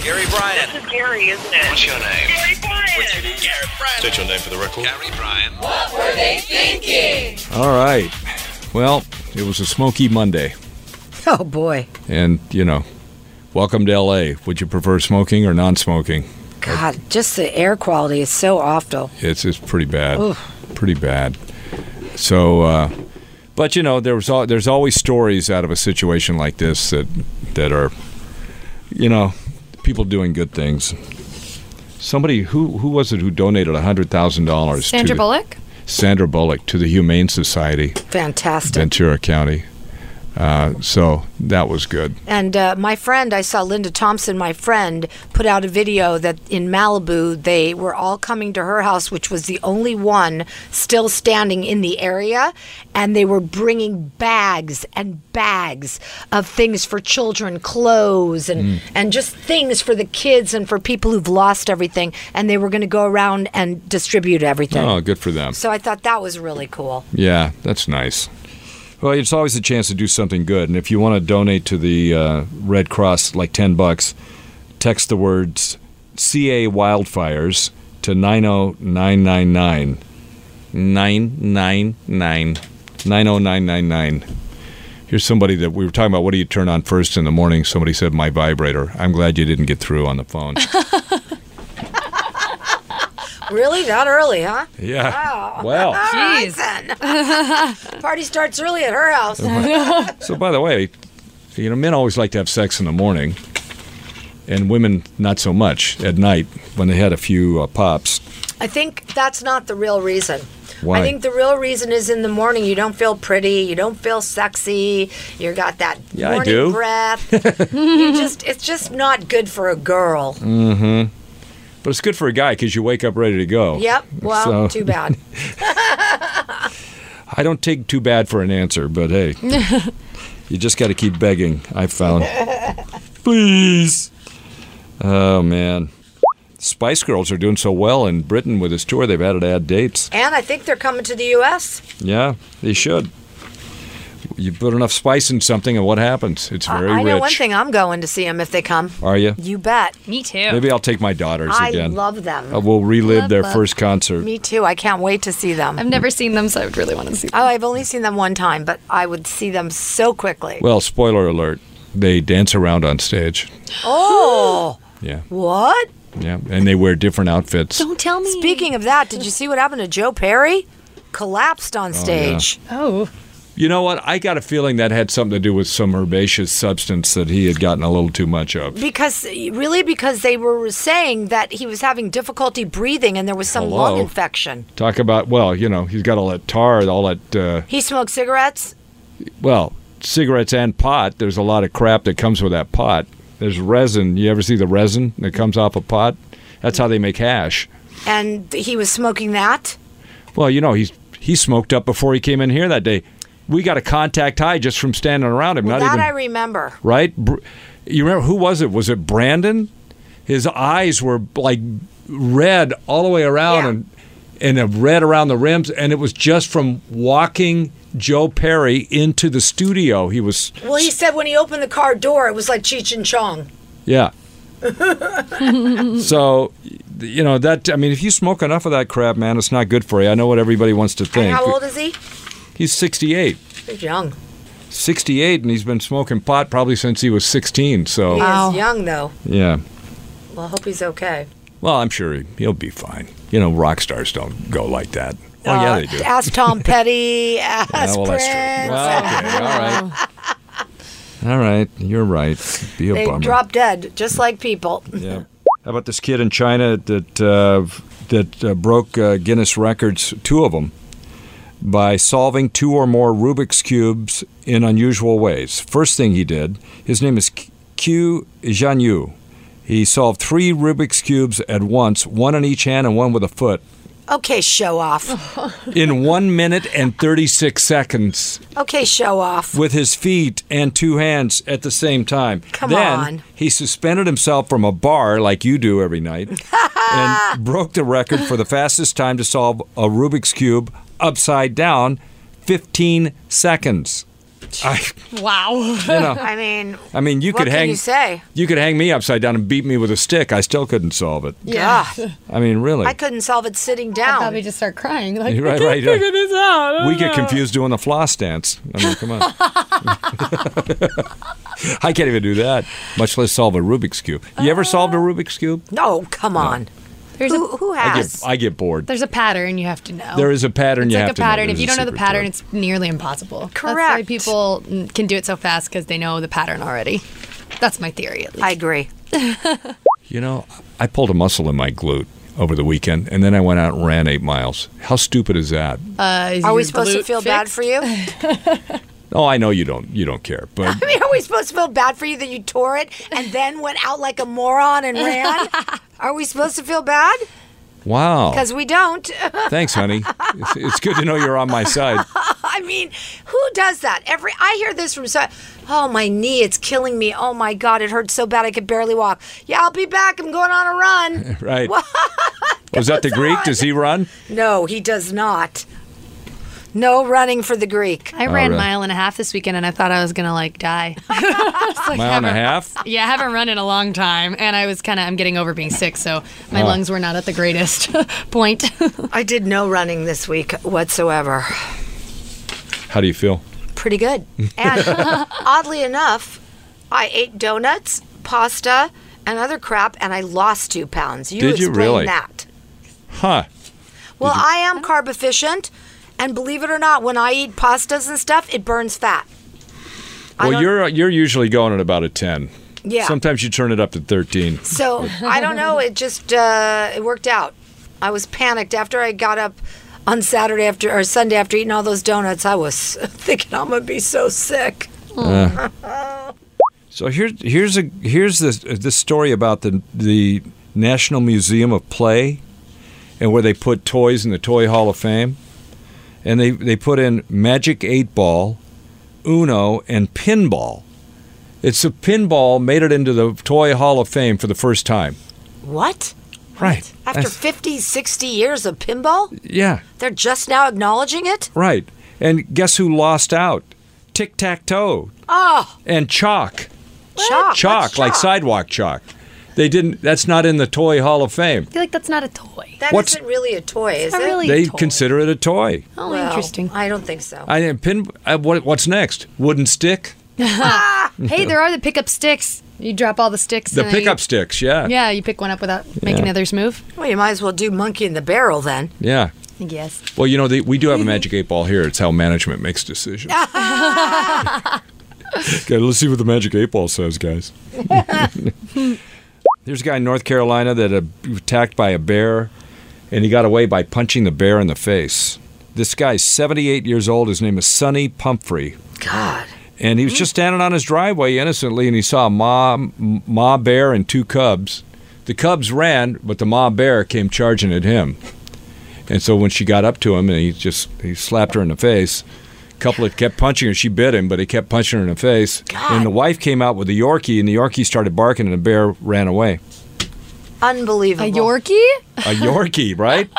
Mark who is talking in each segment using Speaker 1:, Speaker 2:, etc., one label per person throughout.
Speaker 1: Gary Bryan.
Speaker 2: This is Gary, isn't it?
Speaker 1: What's your name?
Speaker 2: Gary Bryan.
Speaker 1: Gary Bryan.
Speaker 3: State your name for the record.
Speaker 1: Gary Bryan.
Speaker 4: All right. Well, it was a smoky Monday.
Speaker 5: Oh boy.
Speaker 4: And, you know, welcome to LA. Would you prefer smoking or non smoking?
Speaker 5: God, just the air quality is so awful.
Speaker 4: It's, it's pretty bad. Pretty bad. So, uh, but, you know, there was al- there's always stories out of a situation like this that, that are, you know, people doing good things. Somebody who who was it who donated hundred thousand dollars?
Speaker 6: Sandra Bullock?
Speaker 4: Sandra Bullock to the Humane Society,
Speaker 5: Fantastic.
Speaker 4: Ventura County. Uh, so that was good.
Speaker 5: And uh, my friend, I saw Linda Thompson, my friend, put out a video that in Malibu they were all coming to her house, which was the only one still standing in the area. And they were bringing bags and bags of things for children, clothes, and, and just things for the kids and for people who've lost everything. And they were going to go around and distribute everything.
Speaker 4: Oh, good for them.
Speaker 5: So I thought that was really cool.
Speaker 4: Yeah, that's nice. Well, it's always a chance to do something good, and if you want to donate to the uh, Red Cross, like ten bucks, text the words "CA wildfires" to nine zero nine nine nine nine nine nine nine zero nine nine nine. Here's somebody that we were talking about. What do you turn on first in the morning? Somebody said my vibrator. I'm glad you didn't get through on the phone.
Speaker 5: Really? That early, huh?
Speaker 4: yeah. Well.
Speaker 6: Jeez.
Speaker 5: Party starts early at her house.
Speaker 4: So, by the way, you know, men always like to have sex in the morning, and women not so much at night when they had a few uh, pops.
Speaker 5: I think that's not the real reason.
Speaker 4: Why?
Speaker 5: I think the real reason is in the morning you don't feel pretty, you don't feel sexy, you got that
Speaker 4: Yeah, I
Speaker 5: morning
Speaker 4: do.
Speaker 5: breath. you just it's just not good for a girl.
Speaker 4: Mm. But it's good for a guy because you wake up ready to go.
Speaker 5: Yep. Well,
Speaker 4: So-
Speaker 5: too bad.
Speaker 4: I don't take too bad for an answer, but hey, you just got to keep begging. I've found. Please. Oh man, Spice Girls are doing so well in Britain with this tour. They've had to add dates.
Speaker 5: And I think they're coming to the US.
Speaker 4: Yeah, they should. You put enough spice in something, and what happens? It's very
Speaker 5: I, I
Speaker 4: rich.
Speaker 5: know one thing, I'm going to see them if they come.
Speaker 4: Are you?
Speaker 5: You bet.
Speaker 6: Me too.
Speaker 4: Maybe I'll take my daughters
Speaker 5: I
Speaker 4: again.
Speaker 5: love them.
Speaker 4: Uh, we'll relive
Speaker 6: Love,
Speaker 4: their
Speaker 6: love.
Speaker 4: first concert.
Speaker 5: Me too. I can't wait to see them.
Speaker 6: I've never seen them, so I would really want to see them.
Speaker 5: Oh, I've only seen them one time, but I would see them so quickly.
Speaker 4: Well, spoiler alert: they dance around on stage.
Speaker 5: Oh,
Speaker 4: Yeah,
Speaker 5: what?
Speaker 4: yeah, and they wear different outfits.
Speaker 6: Don't tell me.
Speaker 5: Speaking of that, did you see what happened to Joe Perry? Collapsed on stage.
Speaker 6: Oh.
Speaker 4: You know what? I got a feeling that had something to do with some herbaceous substance that he had gotten a little too much of.
Speaker 5: Because really, because they were saying that he was having difficulty breathing and there was some lung
Speaker 4: Hello?
Speaker 5: infection.
Speaker 4: Talk about well, you know, he's got all that tar, all that uh,
Speaker 5: He smoked cigarettes.
Speaker 4: well, cigarettes and pot. There's a lot of crap that comes with that pot. There's resin. You ever see the resin that comes off a pot? That's how they make hash.
Speaker 5: And he was smoking that.
Speaker 4: Well, you know, he's he smoked up before he came in here that day. We got a contact high just from standing around him.
Speaker 5: Well,
Speaker 4: not
Speaker 5: that
Speaker 4: even
Speaker 5: I remember.
Speaker 4: right. Br- You remember who was it? Was it Brandon? His eyes were like red all the way around
Speaker 5: Yeah.
Speaker 4: and and a red around the rims, and it was just from walking Joe Perry into the studio. He was
Speaker 5: Well, he said when he opened the car door, it was like Cheech and Chong.
Speaker 4: yeah. so, you know that. I mean, if you smoke enough of that crap, man, it's not good for you. I know what everybody wants to
Speaker 5: And
Speaker 4: think.
Speaker 5: how old is he?
Speaker 4: He's sixty-eight.
Speaker 5: He's young.
Speaker 4: 68 and he's been smoking pot probably since he was 16 so
Speaker 5: He
Speaker 6: Wow.
Speaker 5: is young though.
Speaker 4: yeah
Speaker 5: Well, I hope he's okay.
Speaker 4: well i'm sure he- he'll be fine you know rock stars don't go like that oh yeah
Speaker 5: Uh,
Speaker 4: they do
Speaker 5: Ask Tom Petty. Ask
Speaker 4: Yeah, well, that's
Speaker 5: Prince.
Speaker 4: true. Well, okay, all right all right you're right be a
Speaker 5: They
Speaker 4: bummer
Speaker 5: drop dead, just like people.
Speaker 4: yeah how about this kid in china that uh, that uh, broke uh, guinness records two of them by solving two or more Rubik's cubes in unusual ways. First thing he did, his name is Q- Q Zhanyu. He solved three Rubik's cubes at once, one in each hand and one with a foot,
Speaker 5: Okay, show off.
Speaker 4: in one minute and 36 seconds
Speaker 5: Okay, show off.
Speaker 4: with his feet and two hands at the same time.
Speaker 5: Come
Speaker 4: then
Speaker 5: on.
Speaker 4: he suspended himself from a bar like you do every night and broke the record for the fastest time to solve a Rubik's cube upside down, 15 seconds. I,
Speaker 6: Wow.
Speaker 4: you know,
Speaker 5: I mean,
Speaker 4: I mean, you
Speaker 5: What
Speaker 4: could
Speaker 5: can
Speaker 4: hang
Speaker 5: you say?
Speaker 4: you could hang me upside down and beat me with a stick. I still couldn't solve it.
Speaker 5: yeah.
Speaker 4: I mean, really.
Speaker 5: I couldn't solve it sitting
Speaker 6: I'd
Speaker 5: down.
Speaker 6: probably just start crying. Like,
Speaker 4: Right,
Speaker 6: I can't
Speaker 4: right, yeah.
Speaker 6: figure this out. I
Speaker 4: we
Speaker 6: don't
Speaker 4: get
Speaker 6: know.
Speaker 4: confused doing the floss dance. I mean, come on. I can't even do that, much less solve a Rubik's cube. You ever solved a Rubik's cube?
Speaker 5: no, come on.
Speaker 6: There's a,
Speaker 5: Who, who
Speaker 4: I
Speaker 5: has?
Speaker 4: get I get bored.
Speaker 6: there's a pattern you have to know.
Speaker 4: There is a pattern
Speaker 6: It's
Speaker 4: you
Speaker 6: like
Speaker 4: have
Speaker 6: a
Speaker 4: to know.
Speaker 6: pattern. If
Speaker 4: There's
Speaker 6: you
Speaker 4: a
Speaker 6: don't know the
Speaker 4: secret
Speaker 6: pattern,
Speaker 4: to it.
Speaker 6: it's nearly impossible. That's why
Speaker 5: Correct.
Speaker 6: people mm, can do it so fast because they know the pattern already. That's my theory, at least.
Speaker 5: I agree.
Speaker 4: You know, I pulled a muscle in my glute over the weekend, and then I went out and ran eight miles. How stupid is that?
Speaker 6: Uh, is
Speaker 5: Are we
Speaker 6: your
Speaker 5: supposed to
Speaker 6: glute
Speaker 5: feel bad for
Speaker 6: fixed?
Speaker 5: you?
Speaker 4: oh, I know you don't. You don't care, but
Speaker 5: I mean, are we supposed to feel bad for you that you tore it and then went out like a moron and ran? Are we supposed to feel bad?
Speaker 4: wow.
Speaker 5: Because we don't.
Speaker 4: Thanks, honey. It's, it's good to know you're on my side.
Speaker 5: I mean, who does that? Every I hear this from so. Oh my knee, it's killing me. Oh my god, it hurts so bad I could barely walk. Yeah, I'll be back. I'm going on a run.
Speaker 4: Right. Was that the Greek? Does he run?
Speaker 5: no, he does not. No running for the Greek.
Speaker 6: I ran
Speaker 4: really?
Speaker 6: mile and a half this weekend and I thought I was going to like die.
Speaker 4: Mile and a half?
Speaker 6: yeah, I haven't run in a long time and I was kind of I'm getting over being sick, so my
Speaker 4: Oh.
Speaker 6: lungs were not at the greatest point.
Speaker 5: I did no running this week whatsoever.
Speaker 4: How do you feel?
Speaker 5: Pretty good. And oddly enough, I ate donuts, pasta, and other crap, and I lost two pounds. You
Speaker 4: Did you
Speaker 5: explain
Speaker 4: really?
Speaker 5: that.
Speaker 4: Huh.
Speaker 5: Well, I am carb efficient, and believe it or not, when I eat pastas and stuff, it burns fat. I
Speaker 4: Well,
Speaker 5: don't-
Speaker 4: you're you're usually going at about a ten.
Speaker 5: Yeah.
Speaker 4: Sometimes you turn it up to thirteen.
Speaker 5: So I don't know. It just uh, it worked out. I was panicked after I got up on Saturday after or Sunday after eating all those donuts. I was thinking I'm gonna be so sick.
Speaker 4: So here's here's a here's this this story about the the National Museum of Play, and where they put toys in the Toy Hall of Fame, and they they put in Magic Eight Ball, Uno, and Pinball. It's a pinball made it into the Toy Hall of Fame for the first time.
Speaker 5: What?
Speaker 4: Right.
Speaker 5: After 50, 60 years of pinball,
Speaker 4: yeah.
Speaker 5: they're just now acknowledging it?
Speaker 4: Right. And guess who lost out? Tic Tac Toe
Speaker 5: Oh,
Speaker 4: and Chalk.
Speaker 5: chalk.
Speaker 4: chalk,
Speaker 5: What's
Speaker 4: like sidewalk chalk. They didn't. That's not in the toy Hall of Fame.
Speaker 6: I feel like that's not a toy.
Speaker 5: That
Speaker 4: what's-
Speaker 5: not really a toy, is
Speaker 6: not
Speaker 5: it?
Speaker 6: really-
Speaker 4: They
Speaker 6: toy.
Speaker 4: consider it a toy.
Speaker 6: Oh,
Speaker 5: Well,
Speaker 6: interesting.
Speaker 5: I don't think so.
Speaker 4: I pin. Uh, what, what's next? Wooden stick.
Speaker 6: hey, there are the pickup sticks. You drop all the sticks.
Speaker 4: The
Speaker 6: and then you-
Speaker 4: pickup sticks. Yeah.
Speaker 6: Yeah, you pick one up without making
Speaker 4: Yeah.
Speaker 6: others move.
Speaker 5: Well, you might as well do monkey in the barrel then.
Speaker 4: Yeah.
Speaker 6: Yes.
Speaker 4: Well, you know, the, we do have a magic eight ball here. It's how management makes decisions. okay, let's see what the magic eight ball says, guys. There's a guy in North Carolina that uh, attacked by a bear, and he got away by punching the bear in the face. This guy's 78 years old. His name is Sonny Pumphrey.
Speaker 5: God.
Speaker 4: And he was just standing on his driveway innocently, and he saw a ma, ma bear and two cubs. The cubs ran, but the ma bear came charging at him. And so when she got up to him, and he just he slapped her in the face. Couplet kept punching her. She bit him, but he kept punching her in the face.
Speaker 5: God.
Speaker 4: And the wife came out with the Yorkie, and the Yorkie started barking, and the bear ran away.
Speaker 5: Unbelievable.
Speaker 6: A Yorkie?
Speaker 4: A Yorkie, right?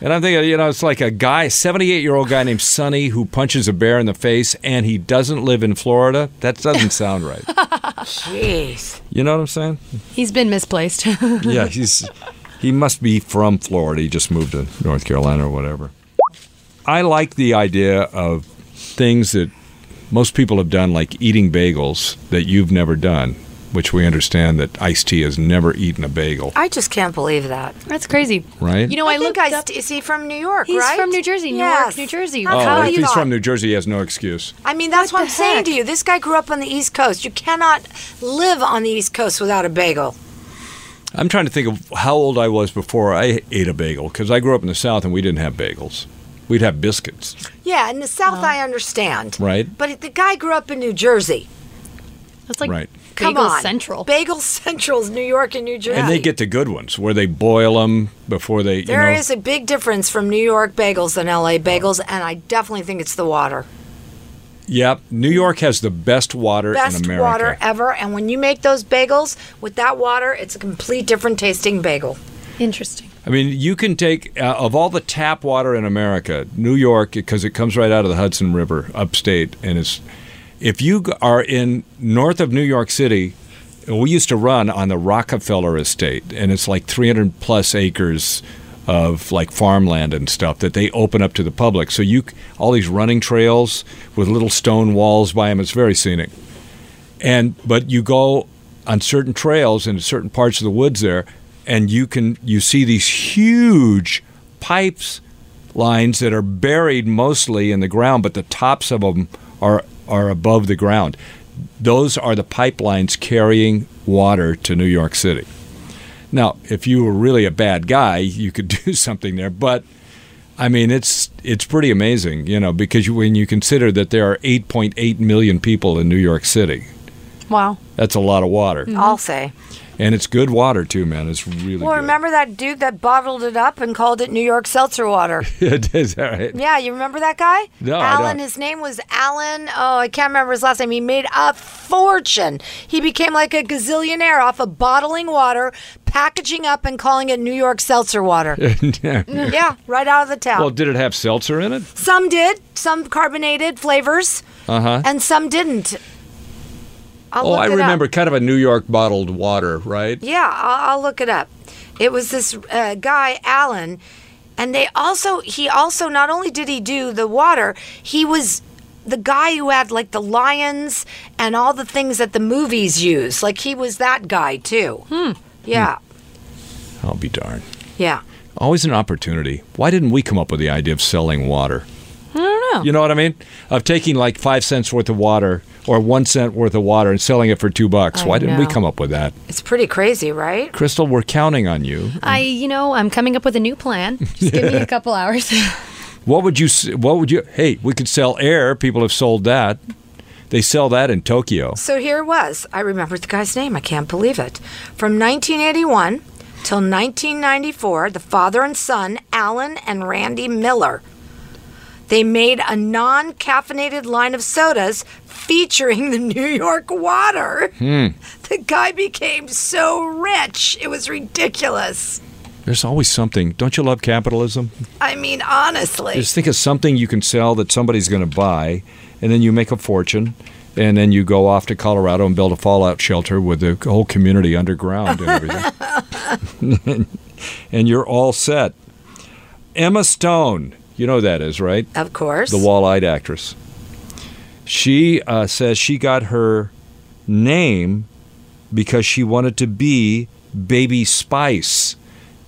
Speaker 4: And I'm thinking, you know, it's like a guy, 78 year old guy named Sonny, who punches a bear in the face, and he doesn't live in Florida. That doesn't sound right.
Speaker 5: Jeez.
Speaker 4: You know what I'm saying?
Speaker 6: He's been misplaced.
Speaker 4: Yeah, he's he must be from Florida. He just moved to North Carolina or whatever. I like the idea of things that most people have done, like eating bagels that you've never done, which we understand that iced tea has never eaten a bagel,
Speaker 5: I just can't believe that.
Speaker 6: That's crazy.
Speaker 4: right?
Speaker 6: You know, I,
Speaker 5: I think
Speaker 6: looked
Speaker 5: I
Speaker 6: up-
Speaker 5: st- is he from New York,
Speaker 6: He's
Speaker 5: right?
Speaker 6: from New Jersey,
Speaker 5: Yes.
Speaker 6: Newark, New Jersey.
Speaker 5: How
Speaker 6: Oh,
Speaker 5: could
Speaker 4: oh,
Speaker 5: I
Speaker 4: if he's
Speaker 5: not?
Speaker 4: from New Jersey, he has no excuse.
Speaker 5: I mean, that's what,
Speaker 6: What
Speaker 5: I'm
Speaker 6: the
Speaker 5: saying
Speaker 6: heck?
Speaker 5: to you. This guy grew up on the East Coast. You cannot live on the East Coast without a bagel.
Speaker 4: I'm trying to think of how old I was before I ate a bagel because I grew up in the South and we didn't have bagels. We'd have biscuits.
Speaker 5: Yeah, in the South, I understand.
Speaker 4: Right.
Speaker 5: But the guy grew up in New Jersey.
Speaker 6: That's like
Speaker 4: Right.
Speaker 5: Come
Speaker 6: Bagel
Speaker 5: on.
Speaker 6: Central.
Speaker 5: Bagel Central's New York and New Jersey.
Speaker 4: And they get the good ones where they boil them before they,
Speaker 5: There
Speaker 4: you know.
Speaker 5: is a big difference from New York bagels than LA bagels, and I definitely think it's the water.
Speaker 4: Yep. New York has the best water in
Speaker 5: Best
Speaker 4: America.
Speaker 5: water ever. And when you make those bagels with that water, it's a complete different tasting bagel.
Speaker 6: Interesting.
Speaker 4: I mean, you can take uh, of all the tap water in America, New York because it comes right out of the Hudson River upstate and it's If you g- are in north of New York City, we used to run on the Rockefeller Estate, and it's like 300 plus acres of like farmland and stuff that they open up to the public. So you c- all these running trails with little stone walls by them. It's very scenic and but you go on certain trails in certain parts of the woods there and you can you see these huge pipes lines that are buried mostly in the ground but the tops of them are are above the ground those are the pipelines carrying water to New York City now if you were really a bad guy you could do something there but I mean, it's it's pretty amazing, you know, because you, when you consider that there are 8.8 million people in New York City,
Speaker 6: Wow.
Speaker 4: that's a lot of water,
Speaker 5: I'll say.
Speaker 4: and it's good water too, man. It's really
Speaker 5: Well,
Speaker 4: good.
Speaker 5: remember that dude that bottled it up and called it New York seltzer water?
Speaker 4: it is all right.
Speaker 5: Yeah, you remember that guy?
Speaker 4: No, I
Speaker 5: Alan.
Speaker 4: don't.
Speaker 5: His name was Alan. Oh, I can't remember his last name. He made a fortune. He became like a gazillionaire off of bottling water, packaging up, and calling it New York seltzer water. Mm, yeah, right out of the tap.
Speaker 4: Well, did it have seltzer in it?
Speaker 5: some did, some carbonated flavors,
Speaker 4: Uh-huh.
Speaker 5: and some didn't. I'll
Speaker 4: Oh,
Speaker 5: look
Speaker 4: I
Speaker 5: it up.
Speaker 4: remember kind of a New York bottled water, right?
Speaker 5: Yeah, I'll, I'll look it up. It was this uh, guy Allen, and they also he also not only did he do the water, he was the guy who had like the lions and all the things that the movies use. Like he was that guy too. Hmm. Yeah.
Speaker 4: I'll be darned.
Speaker 5: Yeah.
Speaker 4: Always an opportunity. Why didn't we come up with the idea of selling water?
Speaker 6: I don't know.
Speaker 4: You know what I mean? Of taking like five cents worth of water or one cent worth of water and selling it for two bucks.
Speaker 6: I
Speaker 4: Why didn't we
Speaker 6: know.
Speaker 4: come up with that?
Speaker 5: It's pretty crazy, right?
Speaker 4: Crystal, we're counting on you.
Speaker 6: I, you know, I'm coming up with a new plan. Just give me a couple hours.
Speaker 4: What would you? s- What would you? Hey, we could sell air. People have sold that. They sell that in Tokyo.
Speaker 5: So here it was. I remembered the guy's name. I can't believe it. From 1981 till 1994, the father and son, Alan and Randy Miller, they made a non caffeinated line of sodas featuring the New York water.
Speaker 4: Hmm.
Speaker 5: The guy became so rich. It was ridiculous.
Speaker 4: There's always something. Don't you love capitalism?
Speaker 5: I mean, honestly.
Speaker 4: Just think of something you can sell that somebody's going to buy, and then you make a fortune, and then you go off to Colorado and build a fallout shelter with the whole community underground and everything. and you're all set. Emma Stone, you know who that is, right?
Speaker 5: of course.
Speaker 4: the wall-eyed actress. She uh, says she got her name because she wanted to be Baby Spice,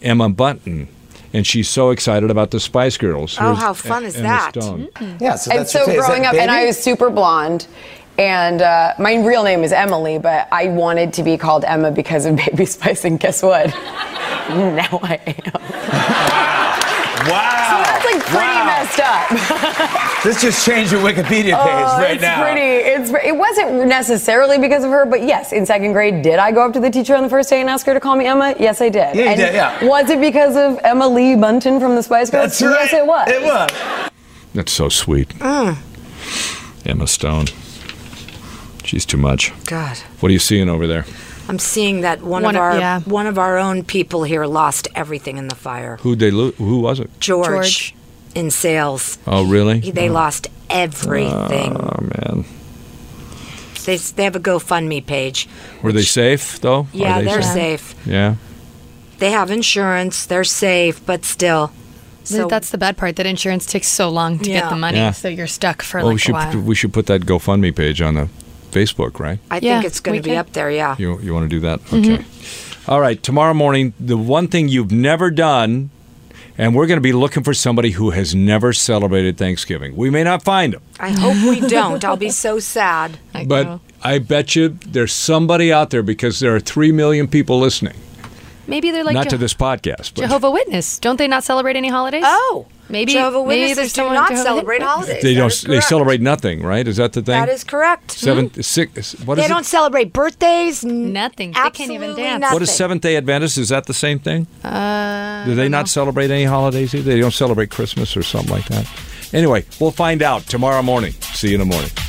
Speaker 4: Emma Bunton, and she's so excited about the Spice Girls.
Speaker 5: Oh, how fun
Speaker 4: E-
Speaker 5: is
Speaker 4: Emma
Speaker 5: that? Hmm?
Speaker 4: Stone.
Speaker 1: Yeah, so
Speaker 2: And
Speaker 1: that's your
Speaker 2: so
Speaker 1: fa- is that
Speaker 2: growing up, and I
Speaker 1: baby?
Speaker 2: was super blonde. And uh, my real name is Emily, but I wanted to be called Emma because of Baby Spice, and guess what? now I am.
Speaker 1: Wow.
Speaker 2: That's like pretty messed up.
Speaker 1: This just changed your Wikipedia page
Speaker 2: Oh,
Speaker 1: right
Speaker 2: it's
Speaker 1: now.
Speaker 2: pretty. It's it wasn't necessarily because of her, but yes, in second grade, did I go up to the teacher on the first day and ask her to call me Emma? Yes, I did.
Speaker 1: Yeah, you
Speaker 2: and
Speaker 1: did, yeah.
Speaker 2: Was it because of Emma Lee Bunton from the Spice Girls?
Speaker 1: That's right.
Speaker 2: Yes, it was.
Speaker 1: It was.
Speaker 4: That's so sweet.
Speaker 5: Mm.
Speaker 4: Emma Stone. She's too much.
Speaker 5: God.
Speaker 4: What are you seeing over there?
Speaker 5: I'm seeing that one,
Speaker 6: One
Speaker 5: of
Speaker 6: of-
Speaker 5: our
Speaker 6: yeah.
Speaker 5: one of our own people here lost everything in the fire.
Speaker 4: Who they? Lo- who was it?
Speaker 5: George.
Speaker 6: George.
Speaker 5: in sales.
Speaker 4: Oh, really?
Speaker 5: He- They lost everything.
Speaker 4: Oh man.
Speaker 5: they, they have a GoFundMe page.
Speaker 4: Were they safe though? Are
Speaker 5: Yeah, they
Speaker 4: they
Speaker 5: are
Speaker 4: safe?
Speaker 5: safe.
Speaker 4: Yeah.
Speaker 5: They have insurance. They're safe, but still. So
Speaker 6: That's the bad part. That insurance takes so long to
Speaker 5: Yeah.
Speaker 6: get the money,
Speaker 4: Yeah.
Speaker 6: so you're stuck for
Speaker 4: Well, we
Speaker 6: like a
Speaker 4: should
Speaker 6: while.
Speaker 4: we should put that GoFundMe page on the Facebook, right?
Speaker 5: I
Speaker 6: Yeah,
Speaker 5: think it's going
Speaker 6: we
Speaker 5: to be
Speaker 6: can-
Speaker 5: up there. Yeah.
Speaker 4: You you want to do that?
Speaker 6: Mm-hmm.
Speaker 4: Okay. All right. Tomorrow morning, the one thing you've never done, and we're going to be looking for somebody who has never celebrated Thanksgiving. We may not find them,
Speaker 5: I hope we don't. I'll be so sad.
Speaker 6: I
Speaker 4: but
Speaker 6: know.
Speaker 4: I bet you there's somebody out there because there are three million people listening.
Speaker 6: maybe they're like
Speaker 4: not to
Speaker 6: Je-
Speaker 4: this podcast, but
Speaker 6: Jehovah Witness. Don't they not celebrate any holidays?
Speaker 5: Oh,
Speaker 6: Maybe-
Speaker 5: Jehovah
Speaker 6: maybe
Speaker 5: Witnesses
Speaker 6: there's
Speaker 5: do
Speaker 6: someone
Speaker 5: not
Speaker 6: Jehovah-
Speaker 5: celebrate holidays.
Speaker 4: they
Speaker 5: That
Speaker 4: don't.
Speaker 5: is
Speaker 4: They
Speaker 5: correct.
Speaker 4: celebrate nothing, right? Is that the thing?
Speaker 5: That is correct.
Speaker 4: 7th
Speaker 6: Hmm?
Speaker 4: six. What
Speaker 5: They
Speaker 4: is it?
Speaker 5: don't celebrate birthdays. n-
Speaker 6: Nothing. They can't even
Speaker 5: absolutely
Speaker 6: dance.
Speaker 5: Nothing.
Speaker 4: What is Seventh Day Adventist? Is that the same thing? Uh, Do they not celebrate any holidays either? They don't celebrate Christmas or something like that. Anyway, we'll find out tomorrow morning. See you in the morning.